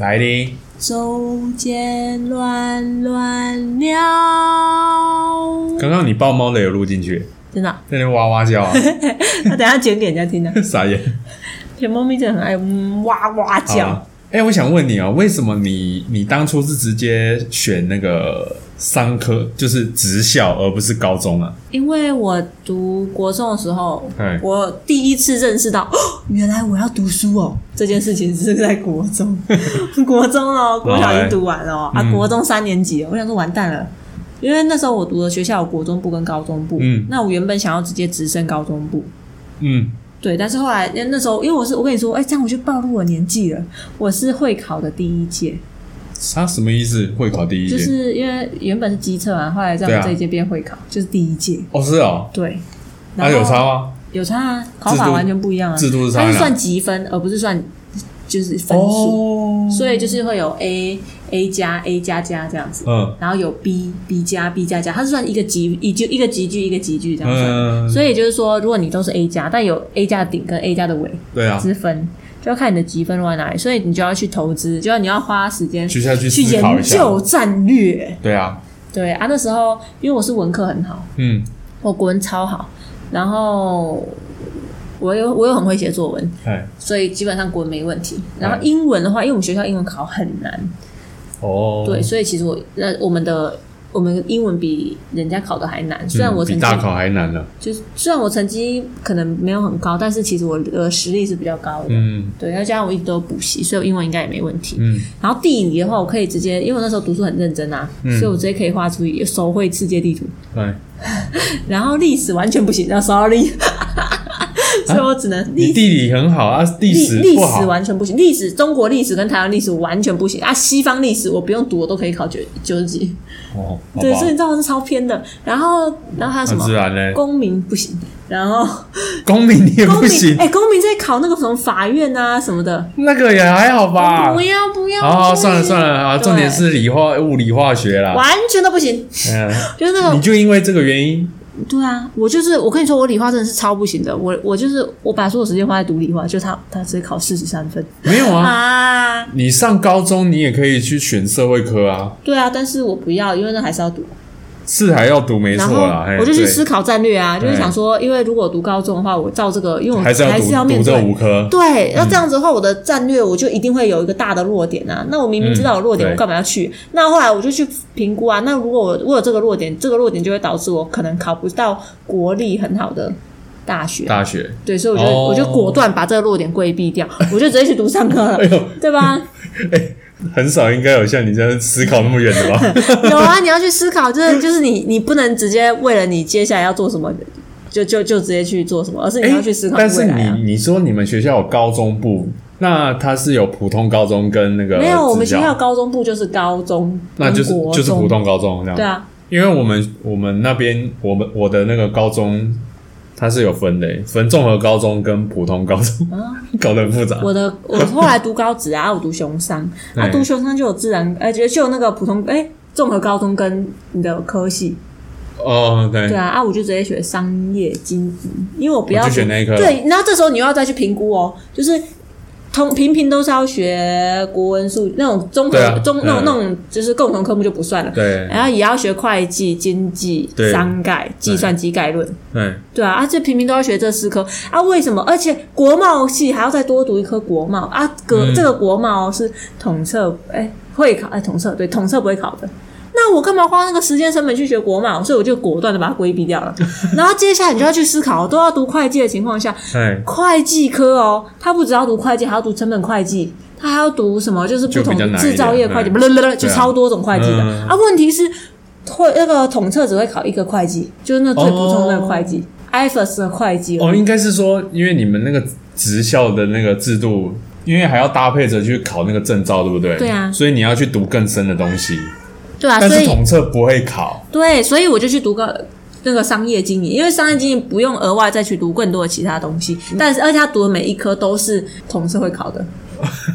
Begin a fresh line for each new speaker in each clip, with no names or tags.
来哩，
中间乱乱鸟，
刚刚你抱猫的有录进去，
真的啊、
在那边哇哇叫 啊，
他等一下剪给人家听的、
傻眼。
小猫咪真的很爱嗯哇哇
好
叫
啊。哎、我想问你哦，为什么你你当初是直接选那个商科，就是职校，而不是高中啊？
因为我读国中的时候
哎，
我第一次认识到，哦原来我要读书哦，这件事情是在国 中，国中哦，国小已经读完了哦，
哎
啊，
嗯
国中三年级哦，我想说完蛋了。因为那时候我读的学校有国中部跟高中部，
嗯
那我原本想要直接直升高中部，
嗯，
对，但是后来那那时候，因为我是我跟你说，哎、这样我就暴露我年纪了，我是会考的第一届，
他、什么意思？会考第一届？
就是因为原本是机测嘛，后来让
对啊
我这一届变会考，就是第一届，
哦，是哦，
对，然
啊
后
有差吗？
有差啊，考
制
法
度
完全不一样啊，
制度是差在
它
哪
是算积分，而不是算就是分数，
哦，
所以就是会有 A A 加 A 加加这样子，
嗯
然后有 B B 加 B 加加，它是算一个级一就一个级距一个级距这样算。
嗯，
所以就是说，如果你都是 A 加，但有 A 加的顶跟 A 加的尾
对啊，
之分，就要看你的积分落在哪里，所以你就要去投资，就要你要花时间
就下去
去
思考
研
一下。
究战略。
对啊，
对啊，那时候因为我是文科很好，
嗯，
我国文超好，然后我又我又很会写作文，
哎，
所以基本上国文没问题。然后
嗯
英文的话，因为我们学校英文考很难，
哦，
对，，所以其实我那我们的我们英文比人家考的还难。虽然我
嗯比
成绩、
大考还难呢。
就是虽然我成绩可能没有很高，但是其实我的实力是比较高的。
嗯
对，再加上我一直都有补习，所以我英文应该也没问题。
嗯，
然后地理的话，我可以直接，因为我那时候读书很认真啊，
嗯
所以我直接可以画出一手绘世界地图。
对，
然后历史完全不行，要 sorry，所以我只能
啊你
历
地理很好啊，历
历
史
历
不好
史。完全不行，历史中国历史跟台湾历史完全不行啊！西方历史我不用读，我都可以考九九十几，
哦，好
对，
吧
所以你知道我是超偏的。然后，然后还有什
很自
么？
然嘞，
公民不行，然 后
公民你也
公
不
民
行，
哎、公民在考那个什么法院啊什么的，
那个也还好吧
不。要不要，
啊好好，算了算
了，
了啊，
对
重点是理化、物理、化学啦。
完全都不行，
嗯，
就是那种
你就因为这个原因，
对啊，我就是我跟你说，我理化真的是超不行的，我我就是我把所有时间花在读理化，就他他只考四十三分
没有啊？
啊，
你上高中你也可以去选社会科啊，
对啊，但是我不要，因为那还是要读。
是还要读没
然
错
后
啦。嘿
我就去
对
思考战略啊，就是
对
想说，因为如果读高中的话，我照这个，因为我
还是要
还是要
读
面
读这
对
五。嗯科，
对，要这样子的话，我的战略我就一定会有一个大的弱点啊。那我明明知道有弱点，
嗯对
我干嘛要去？那后来我就去评估啊。那如果我我有这个弱点，这个弱点就会导致我可能考不到国力很好的大学。
大学。
对，所以我就、
哦
我就果断把这个弱点规避掉，我就直接去读商科了
哎，呦，
对吧？
很少应该有像你这样思考那么远的吧？
有啊，你要去思考，就是就是你你不能直接为了你接下来要做什么，就就就直接去做什么，而是你要去思考
哎但是
未来啊。
你你说你们学校有高中部，那它是有普通高中跟那个
没有，我们
职
学
校
校高中部就是高中，
呃那就是
跟国
就是
中
普，通高中这样。
对啊，
因为我们我们那边我们我的那个高中，它是有分类，分综合高中跟普通高中， 搞得很复杂。
啊我 的我后来读高职啊，我读雄商，啊
对
读雄商就有自然，呃，就就有那个普通，哎，综合高中跟你的科系，
哦，对
对，啊，啊，我就直接学商业经济，因为我不要
我就选那一科
对，然后这时候你又要再去评估哦，就是通平平都是要学国文数那种综合、
对啊
中那种
嗯
那种就是共同科目就不算了，
对
然后也要学会计、经济、
对
商概、计算机概论。
对，
对啊，啊，这平平都要学这四科啊，为什么？而且国贸系还要再多读一科国贸啊，隔、
嗯
这个国贸是统测，哎、会考，哎、统测对，统测不会考的。那我干嘛花那个时间成本去学国贸？所以我就果断的把它规避掉了。然后接下来你就要去思考，都要读会计的情况下，
哎，
会计科哦，他不只要读会计，还要读成本会计，他还要读什么？就是不同
就比较
的
难一
制
点
造业会计，
嗯
不不不，就超多种会计的
嗯
啊。问题是会那个统测只会考一个会计，就是那最普通的那个会计，IFRS 的会计。
哦，应该是说，因为你们那个职校的那个制度，因为还要搭配着去考那个证照，对不对？
对啊
所以你要去读更深的东西，
对啊，
但
所
是
以
统测不会考。
对，所以我就去读个。那个商业经营，因为商业经营不用额外再去读更多的其他东西，但是而且他读的每一科都是统测会考的，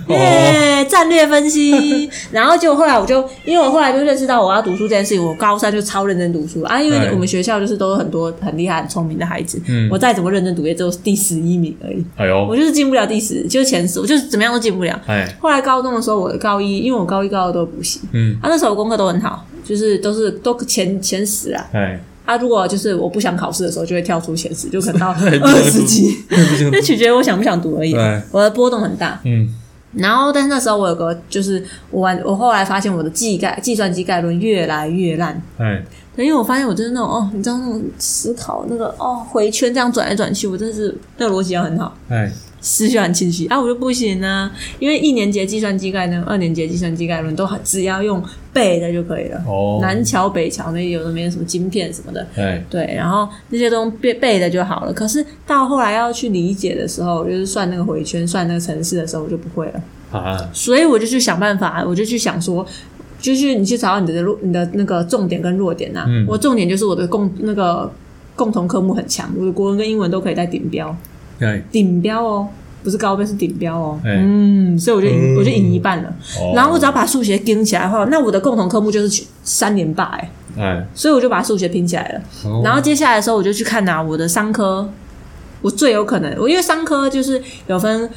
耶、战略分析。然后结果后来我就，因为我后来就认识到我要读书这件事情，我高三就超认真读书了啊，因为
对
我们学校就是都有很多很厉害、很聪明的孩子，
嗯
我再怎么认真读也只有第十一名而已，
哎呦，
我就是进不了第十，就是前十，我就是怎么样都进不了。
哎，
后来高中的时候，我的高一，因为我高一高二都有补习，
嗯，
啊，那时候我功课都很好，就是都是都前前十啊。
哎，
啊，如果就是我不想考试的时候，就会跳出前十，就可 能到
那也不
二
能读
十 几，那取决于我想不想读而已
哎对。
我的波动很大。
哎嗯，
然后，但是那时候我有个，就是我玩，我后来发现我的计概计算机概论越来越烂。
哎，
对，因为我发现我就是那种哦，你知道那种思考那个哦回圈这样转来转去，我真的是那个逻辑要很好，
哎，
思绪要很清晰啊，我就不行啊，因为一年级的计算机概论、二年级的计算机概论都很只要用背的就可以了，
哦，
南桥北桥那有的没有什么晶片什么的，
哎，
对，然后那些东西背背的就好了。可是到后来要去理解的时候，就是算那个回圈、算那个程式的时候，我就不会了。
啊，
所以我就去想办法，我就去想说，就是你去找到你的弱、你的那个重点跟弱点呐、啊
嗯
我重点就是我的共那个共同科目很强，我的国文跟英文都可以带顶标，
哎，
顶标哦，不是高标是顶标哦。
哎
嗯，所以我就赢，
嗯
我就赢一半了。
哦
然后我只要把数学跟起来的话，那我的共同科目就是三连霸哎、
哎，
所以我就把数学拼起来了。
哦
然后接下来的时候，我就去看呐、啊我的商科，我最有可能，我因为商科就是有分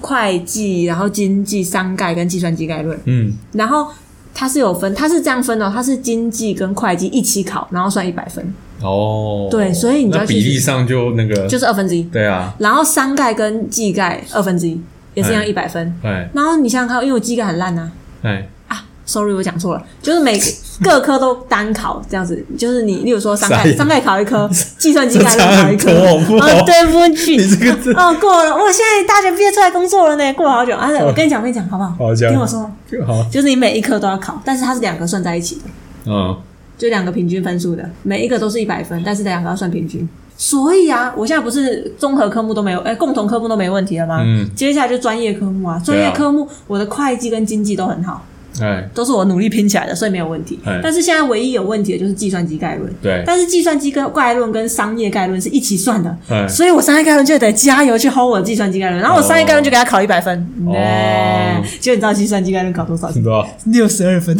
会计，然后经济、商概跟计算机概论，
嗯，
然后它是有分，它是这样分的、哦，它是经济跟会计一起考，然后算一百分，
哦，
对所以你知道
那
其
比
实
例上就那个，
就是二分之一。
对啊，
然后商概跟技概二分之一也是一样
哎
一百分。
哎，
然后你想想看，因为我技概很烂呐、
哎，
啊，sorry，我讲错了，就是每各科都单考这样子，就是你，例如说商
傻
概
眼
商概考一科，计算机概
这
论
差
考一
很
科，
多好不好
哦，对不起，
你这个字
哦过了，我现在大学毕业出来工作了呢，过了好久，啊，我跟你讲，我跟你讲，好不好？
哦好讲
听我说，
好，
就是你每一科都要考，但是它是两个算在一起的，
嗯，
就两个平均分数的，每一个都是一百分，但是两个要算平均。所以啊，我现在不是综合科目都没有，哎、共同科目都没问题了吗？
嗯
接下来就专业科目啊，专
对
业
啊
科目、我的会计跟经济都很好，
哎，
都是我努力拼起来的，所以没有问题
哎。
但是现在唯一有问题的就是计算机概论。
对，
但是计算机跟概论跟商业概论是一起算的，
哎，
所以我商业概论就得加油去 hold 我的计算机概论，然后我商业概论就给他考一百分，
哦
哎结果你知道计算机概论考 多少？
对吧？
六十二分，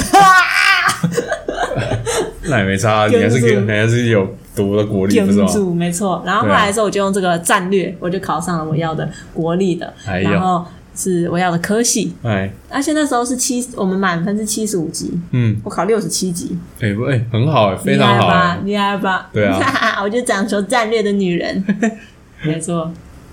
那也没差，啊你还是给，
跟住
你还是有读的国力，
顶
不是吗？
住，没错。然后后来的时候，我就用这个战略，我就考上了我要的国立的，
哎呀
然后是我要的科系，
哎，
而且那时候是七，我们满分是七十五级，
嗯，
我考六十七级，
哎不，哎，很好，哎，非
厉
常
害
好，哎
吧，厉害吧？
对啊，
我就讲求战略的女人， 没错。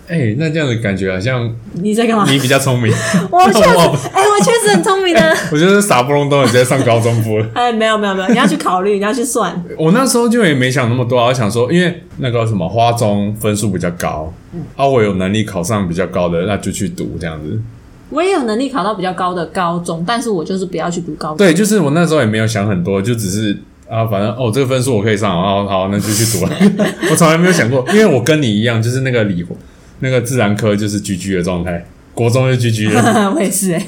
哎，那这样子感觉好像
你在干嘛？
你比较 聪明，
我确实，
那我
哎、我确实很聪明的。
我觉得傻不隆咚，你直接上高中部了。
哎，没有没有没有，你要去考虑，你要去算。
我那时候就也没想那么多啊，我想说，因为那个什么花中分数比较高，啊，我有能力考上比较高的，那就去读这样子。
我也有能力考到比较高的高中，但是我就是不要去读高中。
对，就是我那时候也没有想很多，就只是啊，反正哦，这个分数我可以上，好好，那就去读了。 我从来没有想过，因为我跟你一样，就是那个理那个自然科就是 GG 的状态，国中就 GG 了，
我也是哎、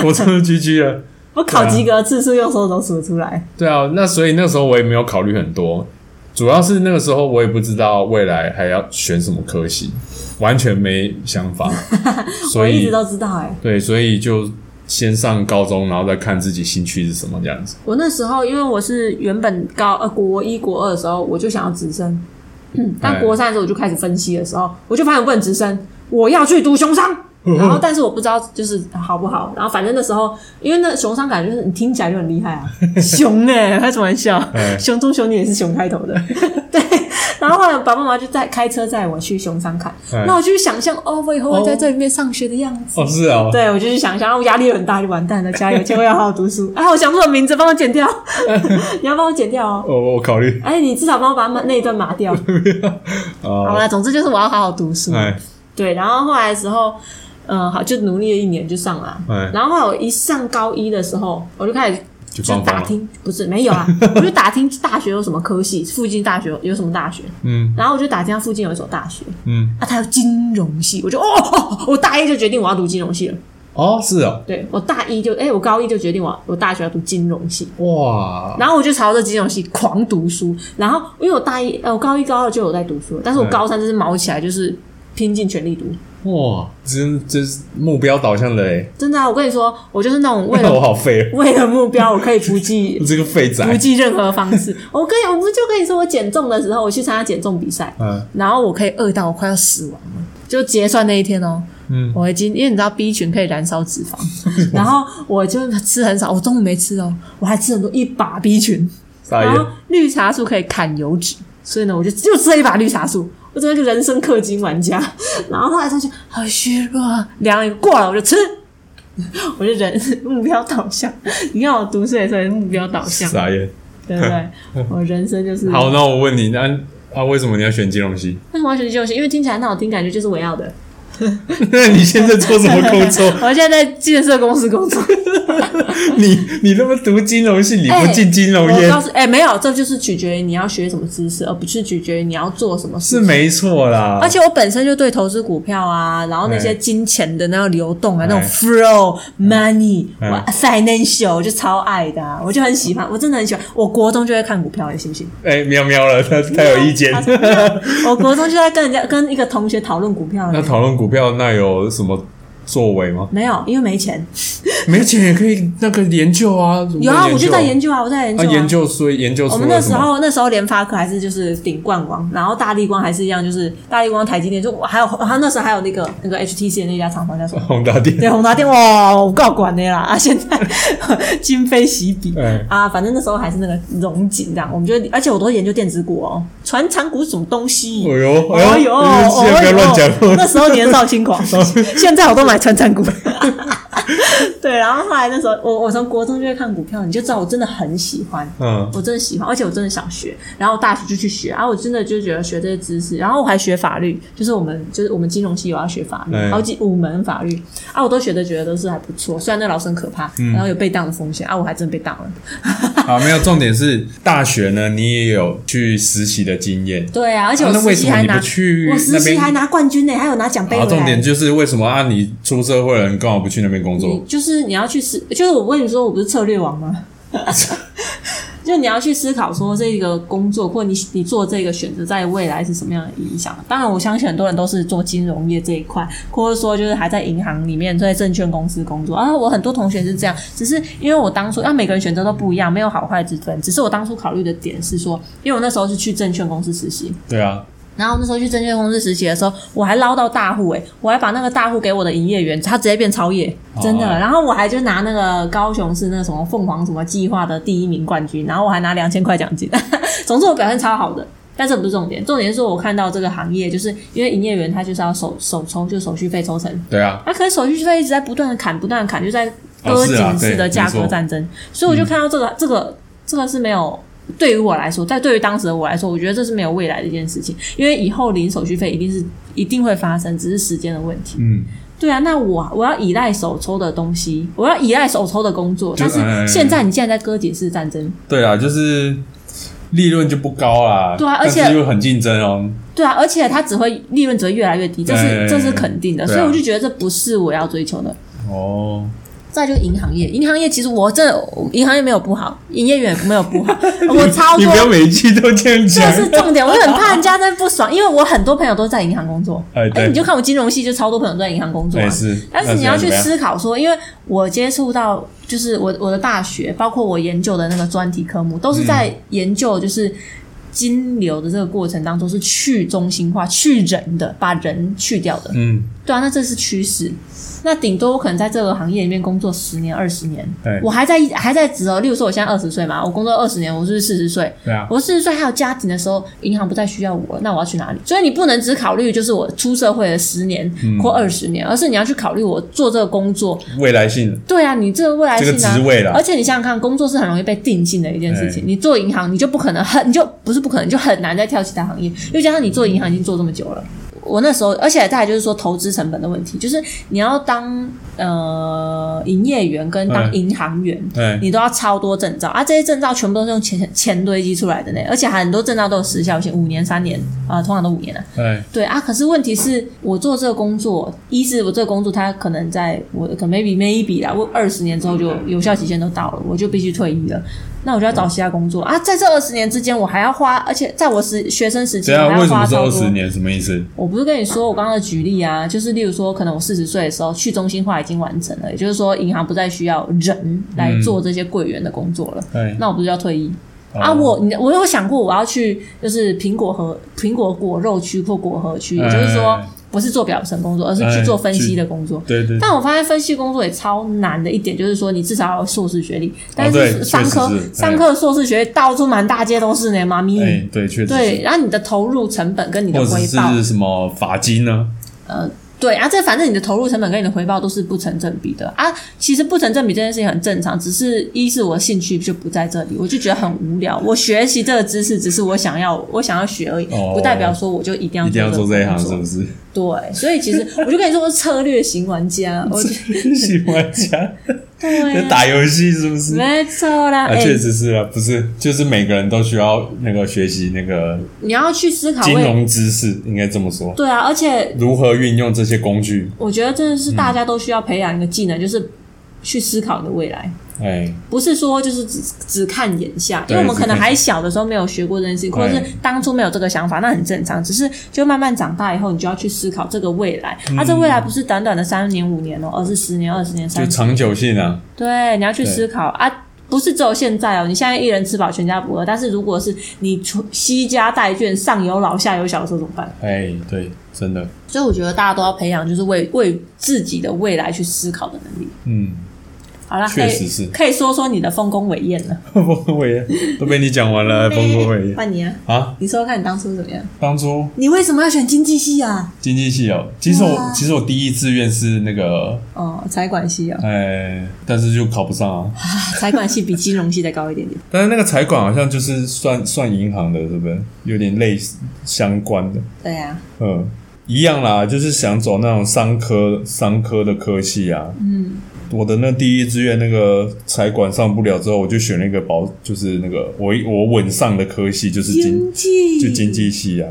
国中就 GG 了。
我考
啊
及格次数用手都数得出来。
对啊，那所以那时候我也没有考虑很多，主要是那个时候我也不知道未来还要选什么科系，完全没想 法，所
我一
以
直都知道哎、
对，所以就先上高中，然后再看自己兴趣是什么这样子。
我那时候因为我是原本高呃国一国二的时候我就想要直升，嗯，但
哎
国三的时候我就开始分析的时候，我就发现我不能直升，我要去读熊商。
嗯
然后，但是我不知道就是好不好。然后，反正那时候，因为那熊商感觉就是你听起来就很厉害 啊，熊哎、开什么玩笑？
哎
熊中熊女也是熊开头 的，对。然后后来爸爸妈妈就带开车载我去熊商看，
哎
那我就去想象哦，我以后会在这里面上学的样子。
哦，是啊，
对，我就去想一想，然后压力很大，就完蛋了，加油，千万要好好读书。哎，我想不出名字，帮我 剪掉，你要帮我剪掉哦。
我我考虑
哎，你至少帮我把那一段码 掉。好
啊，
啦，总之就是我要好好读书。
哎
对，然后后来的时候，嗯，好，就努力了一年就上了。
哎，
然后后来我一上高一的时候，我就开始
就
就
放啊
打
放了，
听，不是没有啊，我就打听大学有什么科系，附近大学有有什么大学，
嗯
然后我就打听到附近有一所大学
嗯，
啊，它有金融系，我就哦哦，我大一就决定我要读金融系了。
哦，是啊，
对我大一就哎、我高一就决定我我大学要读金融系，
哇，
然后我就朝着金融系狂读书。然后因为我大一呃我高一高二就有在读书了，但是我
嗯
高三就是毛起来，就是拼尽全力读。
哇，真这是目标导向的哎，
真的啊！我跟你说，我就是那种为
那 我
了
好废哦，
为了目标，我可以 不计
这个废仔
不，计任何方式。我跟你，我不就跟你说，我减重的时候，我去参加减重比赛，
嗯
然后我可以饿到我快要死亡了，就结算那一天哦。
嗯，
我已经因为你知道 B 群可以燃烧脂 肪，然后我就吃很少，我中午没吃哦，我还吃很多一把 B 群，
大
然后
爷，
绿茶素可以砍油脂，所以呢，我就就吃了一把绿茶素，我真的是人生氪金玩家。 然后后来他就好虚弱啊，量了一个过了我就吃， 我就人目标导向。你看我读书的时候也是目标导向，
傻眼。
对不对？ 我人生就是
啊好，那我问你，那啊为什么你要选金融系？
为什么要学习这种事因为听起来很好听，感觉就是我要的。
那你现在做什么工 作？
我现在在建设公司 工作。
你你那么读金融系，你
哎
不进金融
我
业
告诉，哎、没有，这就是取决于你要学什么知识，而不是取决于你要做什么事
是
情。
没错啦
而。且我本身就对投资股票啊，然后那些
哎
金钱的那个流动啊，
哎
那种 flow money，
哎
我 financial 就超爱的、啊，我就很喜欢，我真的很喜欢。我国中就会看股票，你信不信？
哎，喵喵了，他他有意见。
我国中就在跟人家跟一个同学讨论股票
那
了。
讨论股票，那有什么作为吗？
没有，因为没钱。
没钱也可以那个研究啊。
有啊，我就在研
究
究啊，我在研究、
啊，
啊。
研究所以研究出
我们那
了什
时
么？
候那时候联发科还是就是顶冠王，然后大力光还是一样，就是大力光、台积电，就我还有还有那时候还有那个那个 HTC 的那家厂房叫什么？
宏达电
对，宏达电哇，我告管的啦！啊，现在今非昔比、
哎
啊，反正那时候还是那个荣景这样，我们就而且我都研究电子股哦，传产股是什么东西？
哎呦，
哎呦，哎
现在不要
呦
乱讲。
哦那时候年少轻狂， 现在我都买传产股。 对，然后后来那时候我我从国中就会看股票，你就知道我真的很喜欢。
嗯，
我真的喜欢，而且我真的想学，然后大学就去学，然后我真的就觉得学这些知识，然后我还学法律，就是我们就是我们金融系有要学法律，
哎
好几五门法律啊，我都学的觉得都是还不错，虽然那老师很可怕，
嗯
然后有被当的风险啊，我还真被当了。
好，没有重点是大学呢，你也有去实习的经验。
对啊，而且
啊
我
那为
实
什
习
么
还
你
拿，
不去
我
那
实习
边
还拿冠军呢、还有拿啊奖杯
然
回
后
来。
啊重点就是为什么啊？你出社会了，你干嘛不去那边工
你
作？
就是你要去思，就是我跟你说，我不是策略王吗？ 就你要去思考说这个工作或你你做这个选择在未来是什么样的影响。当然，我相信很多人都是做金融业这一块，或者说就是还在银行里面在证券公司工作啊。我很多同学是这样，只是因为我当初啊每个人选择都不一样，没有好坏之分。只是我当初考虑的点是说，因为我那时候是去证券公司实习，
对啊，
然后那时候去证券公司实习的时候，我还捞到大户诶、欸我还把那个大户给我的营业员，他直接变超业，真的。
哦
然后我还就拿那个高雄市那个什么凤凰什么计划的第一名冠军，然后我还拿两千块奖金。 总之我表现超好的，但这不是重点，重点是我看到这个行业，就是因为营业员他就是要手手抽，就手续费抽成，
对啊，
啊，可是手续费一直在不断的砍，不断的砍，就在割
哦是啊
颈式的
对
价
没
格
错嗯
战争。所以我就看到这个，这个，这个是没有。对于我来说，但对于当时的我来说，我觉得这是没有未来的一件事情，因为以后零手续费一定是一定会发生，只是时间的问题。
嗯，
对啊，那我我要依赖手抽的东西，我要依赖手抽的工作，
就
但是
哎
现在你现在在割颈式战争，
对啊，就是利润就不高啦。
对啊而且
但是又很竞争哦。
对啊，而且它只会利润只会越来越低，这
哎
是这是肯定的，
对
所
啊
以我就觉得这不是我要追求的。
哦，
再就是银行业，银行业其实我真的银行业没有不好，营业员也没有 不好，我超
你
多
不。要每一期都这样
这
讲。
是重点，我很怕人家在不爽，因为我很多朋友都在银行工作。
哎对
你就看我金融系，就超多朋友都在银行工作、啊
哎。是
但是
那
你要
这
去
样怎么样
思考说，因为我接触到就是我我的大学，包括我研究的那个专题科目，都是在研究就是金流的这个过程当中是去中心化、去人的，把人去掉的。
嗯，
对啊，那这是趋势。那顶多我可能在这个行业里面工作十年、二十年
对，
我还在还在职哦。例如说，我现在二十岁嘛，我工作二十年，我是四十岁，
对啊，
我四十岁还有家庭的时候，银行不再需要我了，那我要去哪里？所以你不能只考虑就是我出社会的十年
嗯
或二十年，而是你要去考虑我做这个工作。
未来性
对啊，你这个未来
这
性
个
啊，
职位啦
而，且你想想看，工作是很容易被定性的一件事情
哎。
你做银行，你就不可能很，你就不是不可能，你就很难再跳其他行业。又加上你做银行已经做这么久了，我那时候，而且再来就是说投资成本的问题，就是你要当呃营业员跟当
嗯
银行员，
对，
你都要超多证照啊！这些证照全部都是用钱钱堆积出来的呢，而且很多证照都有时效性，五年、三年啊、通常都五年啊。
对，
对啊，可是问题是我做这个工作，一是我这个工作它可能在我可能 maybe maybe 啦，我二十年之后就有效期限都到了，我就必须退役了。那我就要找其他工作啊！在这二十年之间，我还要花，而且在我时学生时期，
这
我
样
还要
啊为什
花
么是
超
二
多
十。年？什么意思？
我不是跟你说我刚刚的举例啊，就是例如说，可能我四十岁的时候去中心化已经完成了，也就是说，银行不再需要人来做这些柜员的工作了。
对
那我不是要退役、
嗯
啊？
哦
我你我有想过我要去就是苹果和苹果果肉区或果核区，也就是说
哎
不是做表层工作，而是
哎嗯
去做分析的工作。
对对，
但我发现分析工作也超难的一点，就是说你至少要有硕士学历，但
哦对
是商科、
确实是
商科硕士学历到处满大街都是呢，妈咪。
哎，对，确实
对，
是，
然后你的投入成本跟你的
或
回
者
报，
是什么法金呢？
呃，对啊，这反正你的投入成本跟你的回报都是不成正比的啊。其实不成正比这件事情很正常，只是一是我兴趣就不在这里，我就觉得很无聊。我学习这个知识只是我想要我想要学而已，
哦
不代表说我就一定要
一定要做
这
这
个
一行
工
是
作
不是？
对，所以其实我就跟你说，我是策略型玩家，我就
喜欢家
对、
在
啊，
打游戏是不是？
没错啦，
啊，
哎、
确实是啊，不是，就是每个人都需要那个学习那个
你要去思考
金
为
融知识，应该这么说，
对啊，而且
如何运用这些工具？
我觉得真的是大
嗯
家都需要培养一个技能，就是去思考你的未来。
哎，
不是说就是只只看眼下，因
对
为我们可能还小的时候没有学过这件事情，
对
或者是当初没有这个想法，那很正常。只是就慢慢长大以后，你就要去思考这个未来。
嗯
啊，这未来不是短短的三年五年哦，而是十年、二十年、
就
三十。
长久性啊，
对，你要去思考啊。不是只有现在哦，你现在一人吃饱全家不饿，但是如果是你出惜家带眷，上有老下有小的时候怎么办？
哎，对，真的，
所以我觉得大家都要培养，就是为为自己的未来去思考的能力。
嗯，
好啦，
确实是
可以可以说说你的丰功伟业了。
丰功伟业都被你讲完了，呃丰功伟业
换你啊！
啊！
你说说看你当初怎么样？
当初
你为什么要选经济系啊？
经济系哦，其实我
哇
其实我第一志愿是那个，
哦，财管系哦，
哎，但是就考不上啊。
财管系比金融系再高一点点。
但是那个财管好像就是算算银行的，是不是？有点类似相关的，
对啊，
嗯，一样啦，就是想走那种商科商科的科系啊。
嗯，
我的那第一志愿那个财管上不了之后，我就选了一个保，就是那个我我稳上的科系就是经
济
就经，济系啊。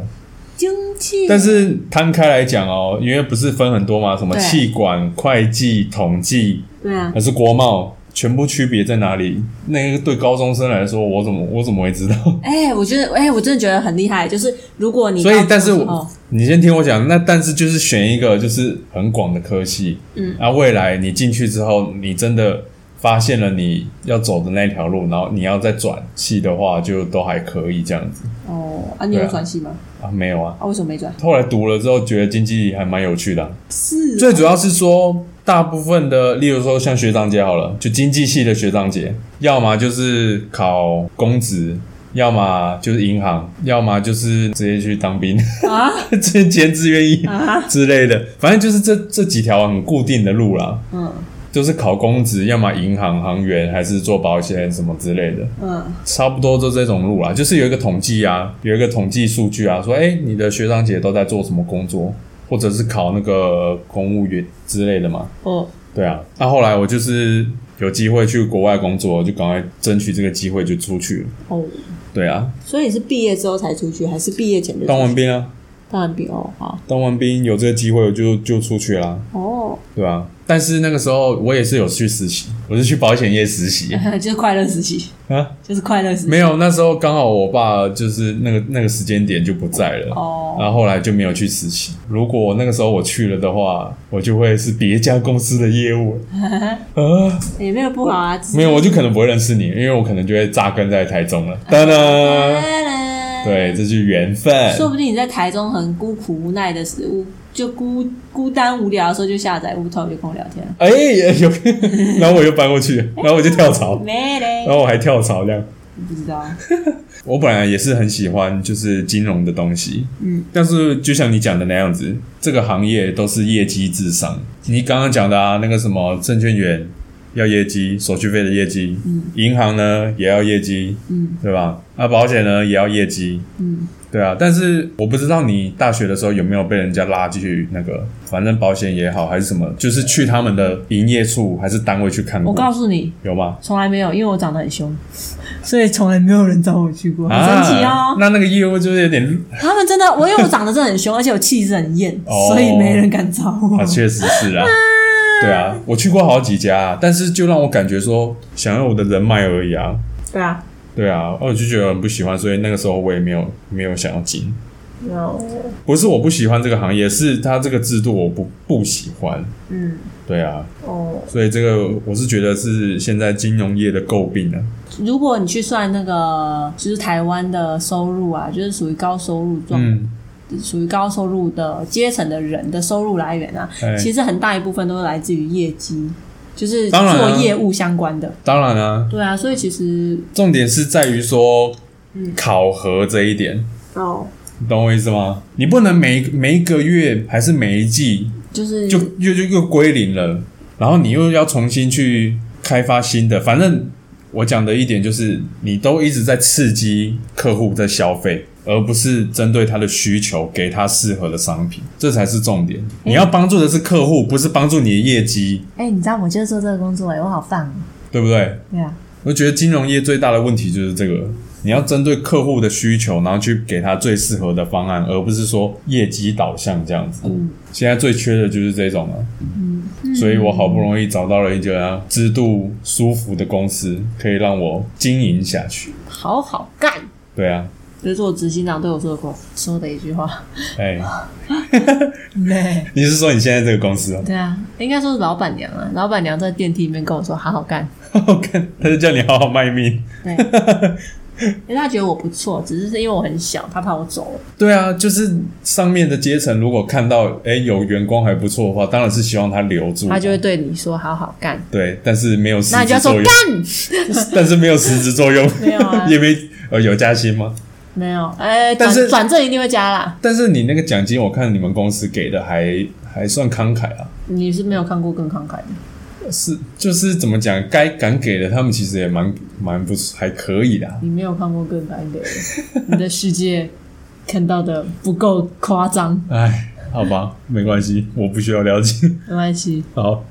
经济
但是摊开来讲哦，因为不是分很多嘛，什么
对
气管、会计、统计
对啊，
还是国贸，全部区别在哪里？那个对高中生来说，我怎么我怎么会知道？
哎、我觉得，哎、我真的觉得很厉害。就是如果你
所以
到，
但是我、
哦
你先听我讲，那但是就是选一个就是很广的科系，
嗯，
啊，未来你进去之后，你真的发现了你要走的那条路，然后你要再转系的话，就都还可以这样子
哦啊，你有
对啊
转系吗？
啊，没有啊。
啊，为什么没转？
后来读了之后，觉得经济还蛮有趣的啊、
是
最主要是说，大部分的，例如说像学长姐好了，就经济系的学长姐，要么就是考公职，要么就是银行，要么就是直接去当兵。
啊
这兼志愿役
啊，
之类的，反正就是这这几条很固定的路啦，
嗯
就是考公职，要么银行行员，还是做保险什么之类的，
嗯，
差不多就这种路啦。就是有一个统计啊，有一个统计数据啊，说哎、诶你的学长姐都在做什么工作，或者是考那个公务员之类的嘛。
哦，
对啊，那、后来我就是有机会去国外工作，就赶快争取这个机会就出去了。
哦，
对啊，
所以你是毕业之后才出去，还是毕业前就出去
当完兵啊，
当完兵哦，好
当完兵有这个机会我就就出去啦、
哦，
对啊，但是那个时候我也是有去实习，我是去保险业实习
就是快乐时期，
啊。
就是快乐时期
没有，那时候刚好我爸就是那个那个时间点就不在了，
哦
然后后来就没有去实习。如果那个时候我去了的话，我就会是别家公司的业务啊。
也没有不好啊，
没有，我就可能不会认识你，因为我可能就会扎根在台中了。当当，
啦
对，这是缘分。
说不定你在台中很孤苦无奈的时候，就孤孤单无聊的时候，就下载乌头就跟我聊天了。
哎、有， 然后我又搬过去，然后我就跳槽，
没嘞
然，后我还跳槽这样。
哦不知道。
我本来也是很喜欢就是金融的东西，
嗯，
但是就像你讲的那样子，这个行业都是业绩至上。你刚刚讲的啊，那个什么证券员，要业绩，手续费的业绩，嗯，银行呢也要业绩，嗯，对吧？啊，保险呢也要业绩，嗯，对啊。但是我不知道你大学的时候有没有被人家拉去那个，反正保险也好还是什么，就是去他们的营业处还是单位去看过，
我告诉你，
有吗？
从来没有，因为我长得很凶，所以从来没有人找我去过，很神奇
啊
哦。
那那个业务就是有点
他们真的，我因为我长得真的很凶，而且我气质很艳，
哦
所以没人敢找我
啊，。确实是 啊。对啊，我去过好几家、啊，但是就让我感觉说，想要我的人脉而已啊。
对啊，
对啊，我就觉得很不喜欢，所以那个时候我也没有没有想要进。
有，
不是我不喜欢这个行业，是它这个制度我不不喜欢。
嗯，
对啊，
哦，
所以这个我是觉得是现在金融业的诟病啊。
如果你去算那个，就是台湾的收入啊，就是属于高收入状
嗯，
属于高收入的阶层的人的收入来源啊，
哎
其实很大一部分都是来自于业绩，就是
当然啊
做业务相关的。
当然啊，
对啊，所以其实
重点是在于说考核这一点，
哦，
你懂我意思吗？你不能每每一个月还是每一季
就是
就又就又归零了，然后你又要重新去开发新的。反正我讲的一点就是，你都一直在刺激客户在消费，而不是针对他的需求给他适合的商品，这才是重点。你要帮助的是客户，不是帮助你的业绩，
哎、你知道我就是做这个工作哎、我好棒、哦。
对不对？
对啊，
我觉得金融业最大的问题就是这个。你要针对客户的需求，然后去给他最适合的方案，而不是说业绩导向这样子。
嗯
现在最缺的就是这种了、
嗯
所以我好不容易找到了一家制度舒服的公司，可以让我经营下去。
好好干。
对啊，
这是我执行长对我说过说的一句话。
哎、
对，
你是说你现在这个公司哦？
对啊，应该说是老板娘啊。老板娘在电梯里面跟我说：“好好干。
我看他就叫你好好卖命。”
对，因为他觉得我不错，只是是因为我很小，他怕我走了。
对啊，就是上面的阶层如果看到哎、有员工还不错的话，当然是希望他留住嘛。
他就会对你说好好干，
对，但是没有实
那你就
质
要说
作用，
干，
但是没有实质作用，
没有 啊
也没呃有加薪吗？
没有，哎，
但
转
是
转正一定会加啦。
但是你那个奖金，我看你们公司给的还还算慷慨啊。
你是没有看过更慷慨的，
是，就是怎么讲，该敢给的，他们其实也蛮蛮不还可以的。啊
你没有看过更感给的，你的世界看到的不够夸张，
哎，好吧，没关系，我不需要了解。
没关系。
好，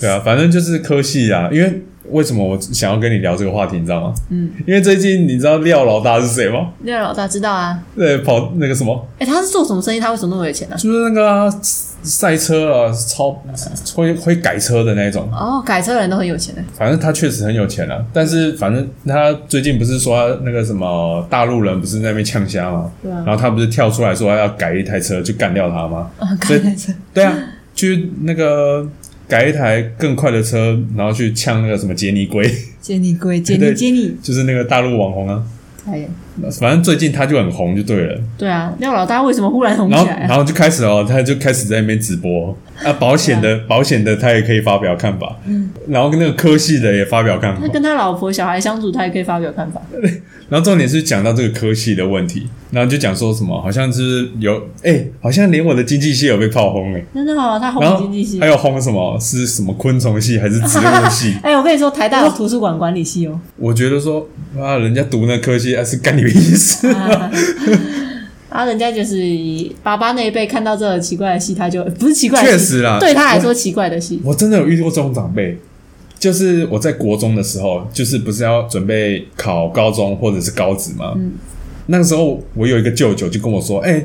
对啊，反正就是科系啊，因为为什么我想要跟你聊这个话题，你知道吗？
嗯，
因为最近你知道廖老大是谁吗？
廖老大知道啊，
对，跑那个什么，
哎、他是做什么生意？他为什么那么有钱呢、
就是那个啊、赛车啊，超会会改车的那种。
哦，改车的人都很有钱的、
反正他确实很有钱啊，但是反正他最近不是说他那个什么大陆人不是在那边呛虾吗？
对啊
然后他不是跳出来说他要改一台车去干掉他吗？
啊，
所以
改车，
对啊，去那个改一台更快的车，然后去呛那个什么杰尼龟，
接你贵，接
对
你接你，
就是那个大陆网红啊。
哎呀，
反正最近他就很红就对了，
对啊，廖老大为什么忽然红
然后
起来、
然
啊？
后就开始哦，他就开始在那边直播啊，保险的、保险的他也可以发表看法，嗯，然后跟那个科系的也发表看法
他，跟他老婆、小孩相处，他也可以发表看法。
然后重点是讲到这个科系的问题，然后就讲说什么好像是有哎、好像连我的经济系有被炮轰哎、
真的哦好，他
然
红
后
经济系？
还。有轰什么是什么昆虫系还是植物系
哎、我跟你说，台大有图书馆管理系哦。
我觉得说啊，人家读那科系啊是干你屁事啊！
然啊后人家就是以爸爸那一辈看到这个奇怪的戏，他就不是奇怪的
确
戏，
实啦，
对他来说奇怪的戏。
我，我真的有遇过这种长辈。就是我在国中的时候，就是不是要准备考高中或者是高职嘛？
嗯
那个时候我有一个舅舅就跟我说：“哎、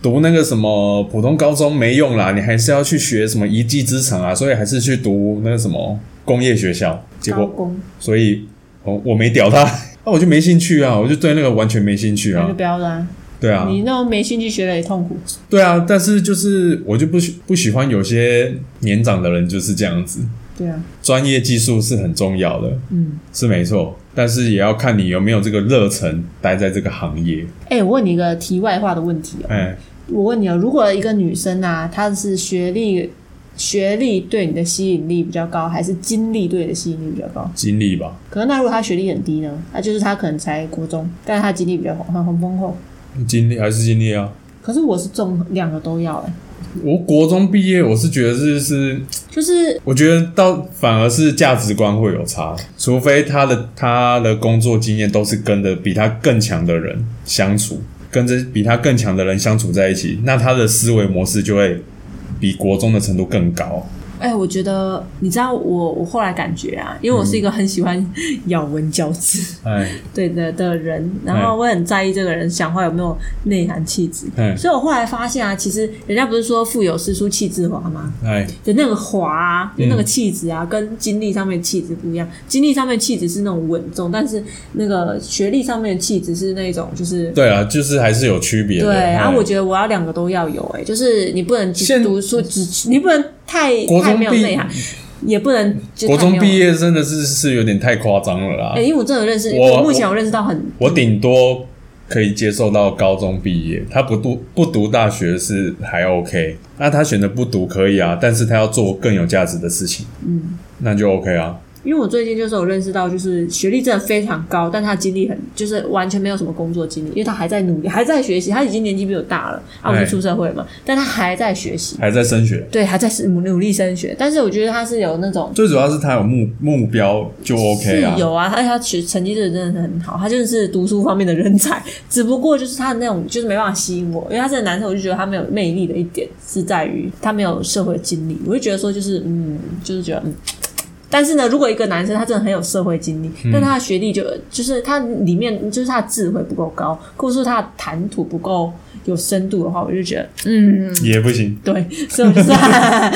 读那个什么普通高中没用啦，你还是要去学什么一技之长啊，所以还是去读那个什么工业学校。”结
高
果，
工，
所以我我没屌他， 那、我就没兴趣啊，我就对那个完全没兴趣
那
啊
就，不要啦。
对啊，
你那种没兴趣学了也痛苦。
对啊，但是就是我就不喜不喜欢有些年长的人就是这样子，
对啊，
专业技术是很重要的，
嗯。
是没错，但是也要看你有没有这个热忱待在这个行业，
哎、我问你一个题外话的问题哦。
哎、
我问你哦，如果一个女生啊，她是学历学历对你的吸引力比较高，还是经历对你的吸引力比较高？
经历吧。
可能那如果她学历很低呢？那就是她可能才国中，但是她经历比较很很丰厚。
经历还是经历啊，
可是我是综两个都要哎、
我国中毕业，我是觉得是是，
就是
我觉得到反而是价值观会有差，除非他的他的工作经验都是跟着比他更强的人相处，跟着比他更强的人相处在一起，那他的思维模式就会比国中的程度更高。
哎、我觉得你知道我我后来感觉啊，因为我是
嗯
一个很喜欢 咬文嚼字
哎，
对的的人，然后我很在意这个人讲话有没有内涵气质，
哎，
所以我后来发现啊，其实人家不是说腹有诗书气自华吗？
哎，
的那个华、啊，就
嗯
那个气质啊，跟经历上面的气质不一样。经历上面的气质是那种稳重，但是那个学历上面的气质是那种就是。
对啊，就是还是有区别的。
对，啊然后
哎
我觉得我要两个都要有、欸，哎，就是你不能只
现嗯
读书，只你不能太
国
太
中
没有
毕
内涵，也不能就
国
太没
中
有
毕。业真的是是有点太夸张了啦。
哎、因为我真的认识，
我
我目前我认识到很
我顶多可以接受到高中毕业，他不读不读大学是还 OK，那他选择不读可以啊，但是他要做更有价值的事情，嗯，那就 OK 啊，
因为我最近就是有认识到，就是学历真的非常高，但他的经历很就是完全没有什么工作经历，因为他还在努力，还在学习，他已经年纪比我大了，啊，我
哎
们出社会了嘛，但他还在学习，
还在升学，
对，还在努努力升学，但是我觉得他是有那种。
最主要是他有目目标就 OK 啊
是，有啊，而且他学成绩真的真的很好，他就是读书方面的人才， 只不过就是他的那种就是没办法吸引我，因为他是个男生，我就觉得他没有魅力的一点是在于他没有社会经历，我就觉得说就是嗯，就是觉得嗯。但是呢，如果一个男生他真的很有社会经历，
嗯
但他的学历就就是他里面就是他的智慧不够高，或者说他的谈吐不够有深度的话，我就觉得嗯，
也不行，
对，所以我就是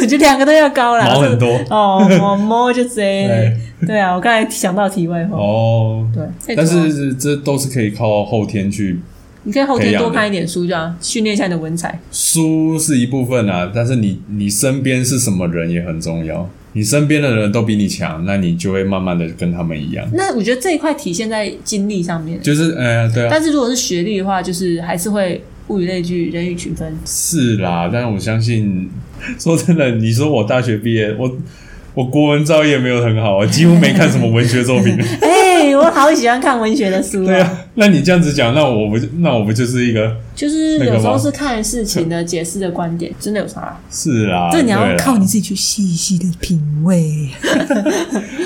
我觉得两个都要高啦，
毛很多
哦，我摸就这
对，
对啊，我刚才想到题外话，
哦。
对，啊
但是这都是可以靠后天去
你可以后天
培养
多
的
看一点书，这样训练一下你的文采。
书是一部分啊，但是你你身边是什么人也很重要，你身边的人都比你强，那你就会慢慢的跟他们一样，
那我觉得这一块体现在经历上面，
就是呃对啊，
但是如果是学历的话，就是还是会物以类聚，人以群 分。
是啦，但我相信，说真的，你说我大学毕业，我我国文造诣没有很好啊，几乎没看什么文学作 品。
哎、我好喜欢看文学的书哦
对啊，那你这样子讲，那我不那我不就是一个
就是
那个
有时候
吗
是看事情的解释的 观点，真的有差。啊
是啦？
这你要
啊对啦
靠你自己去细细的品味。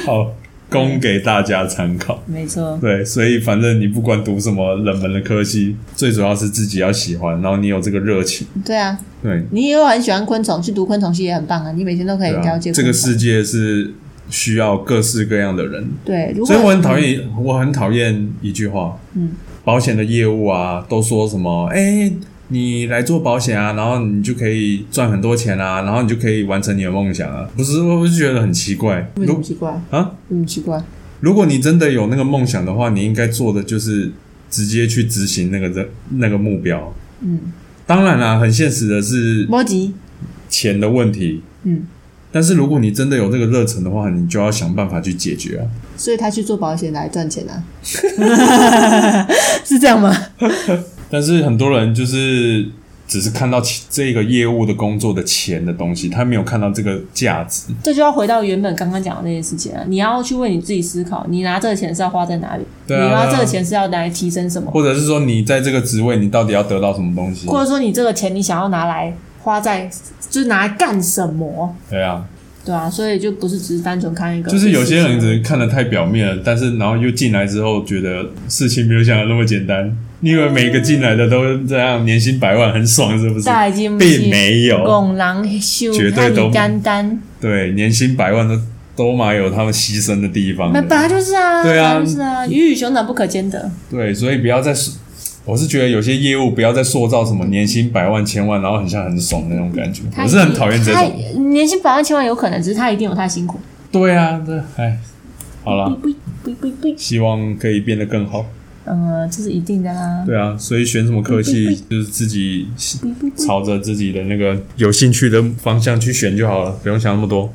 好供给大家参考。
没错，
对，所以反正你不管读什么冷门的科系，最主要是自己要喜欢，然后你有这个热情。
对啊，
对，
你有很喜欢昆虫，去读昆虫系也很棒啊！你每天都可以
对啊
了解、
这个世，界是需要各式各样的人
对，如果
所以我很讨厌，我很讨厌一句话，
嗯，
保险的业务啊，都说什么，哎、你来做保险啊，然后你就可以赚很多钱啊，然后你就可以完成你的梦想啊，不是，我就觉得很奇怪，
为什么
如
嗯奇怪？
啊，
为什么奇怪？
如果你真的有那个梦想的话，你应该做的就是直接去执行那个的那个目标。
嗯，
当然啦、很现实的是
莫吉，
钱的问题，
嗯，
但是如果你真的有这个热忱的话，你就要想办法去解决啊。
所以他去做保险来赚钱啊？ 是这样吗？
但是很多人就是只是看到其这个业务的工作的钱的东西，他没有看到这个价值。
这就要回到原本刚刚讲的那件事情啊！你要去为你自己思考，你拿这个钱是要花在哪里？
对
你
啊，
拿这个，钱是要拿来提升什么？
或者是说你在这个职位，你到底要得到什么东西？
或者说你这个钱你想要拿来花在，就是拿来干什么？
对啊，
对啊，所以就不是只是单纯看一个，
就是有些人只
事情啊
是看的太表面了，但是然后又进来之后，觉得事情没有想的那么简单。你以为每个进来的都这样年薪百万很爽是不是？
大家已经不是
并没有，
拱狼修
绝对
看
都
你干单，
对，年薪百万都都嘛有他们牺牲的地方的。
那本来就是啊，
对啊
本来就是啊，鱼与熊掌不可兼得。
对，所以不要再塑，我是觉得有些业务不要再塑造什么年薪百万千万，然后很像很爽那种感觉，
他
我是很讨厌这
他
种。
年薪百万千万有可能，只是他一定有他辛苦。
对啊，对，哎，好啦，
不不不不，
希望可以变得更好。
嗯，这是一定的啦。
对啊，所以选什么科系，就是自己
不不不，
朝着自己的那个有兴趣的方向去选就好了，不用想那么多，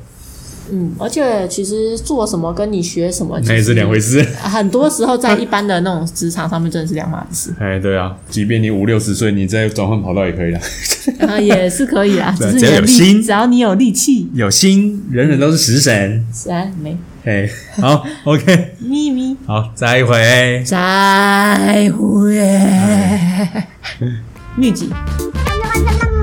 嗯，而且其实做什么跟你学什么，
那也是两回
事。
事。
很多时候在一般的那种职场上面，真的是两码子事，
哎，对啊，即便你五六十岁，你再转换跑道也可以的。
啊，也是可以啦。只
对
是你
只要
的
有
力
心
只要你有力气，
有心，人人都是食神。
哎，没
哎，好，OK，
秘密，
好，再一回。
再会。秘籍。
哎
Hãy subscribe cho kênh Ghiền Mì Gõ Để không bỏ lỡ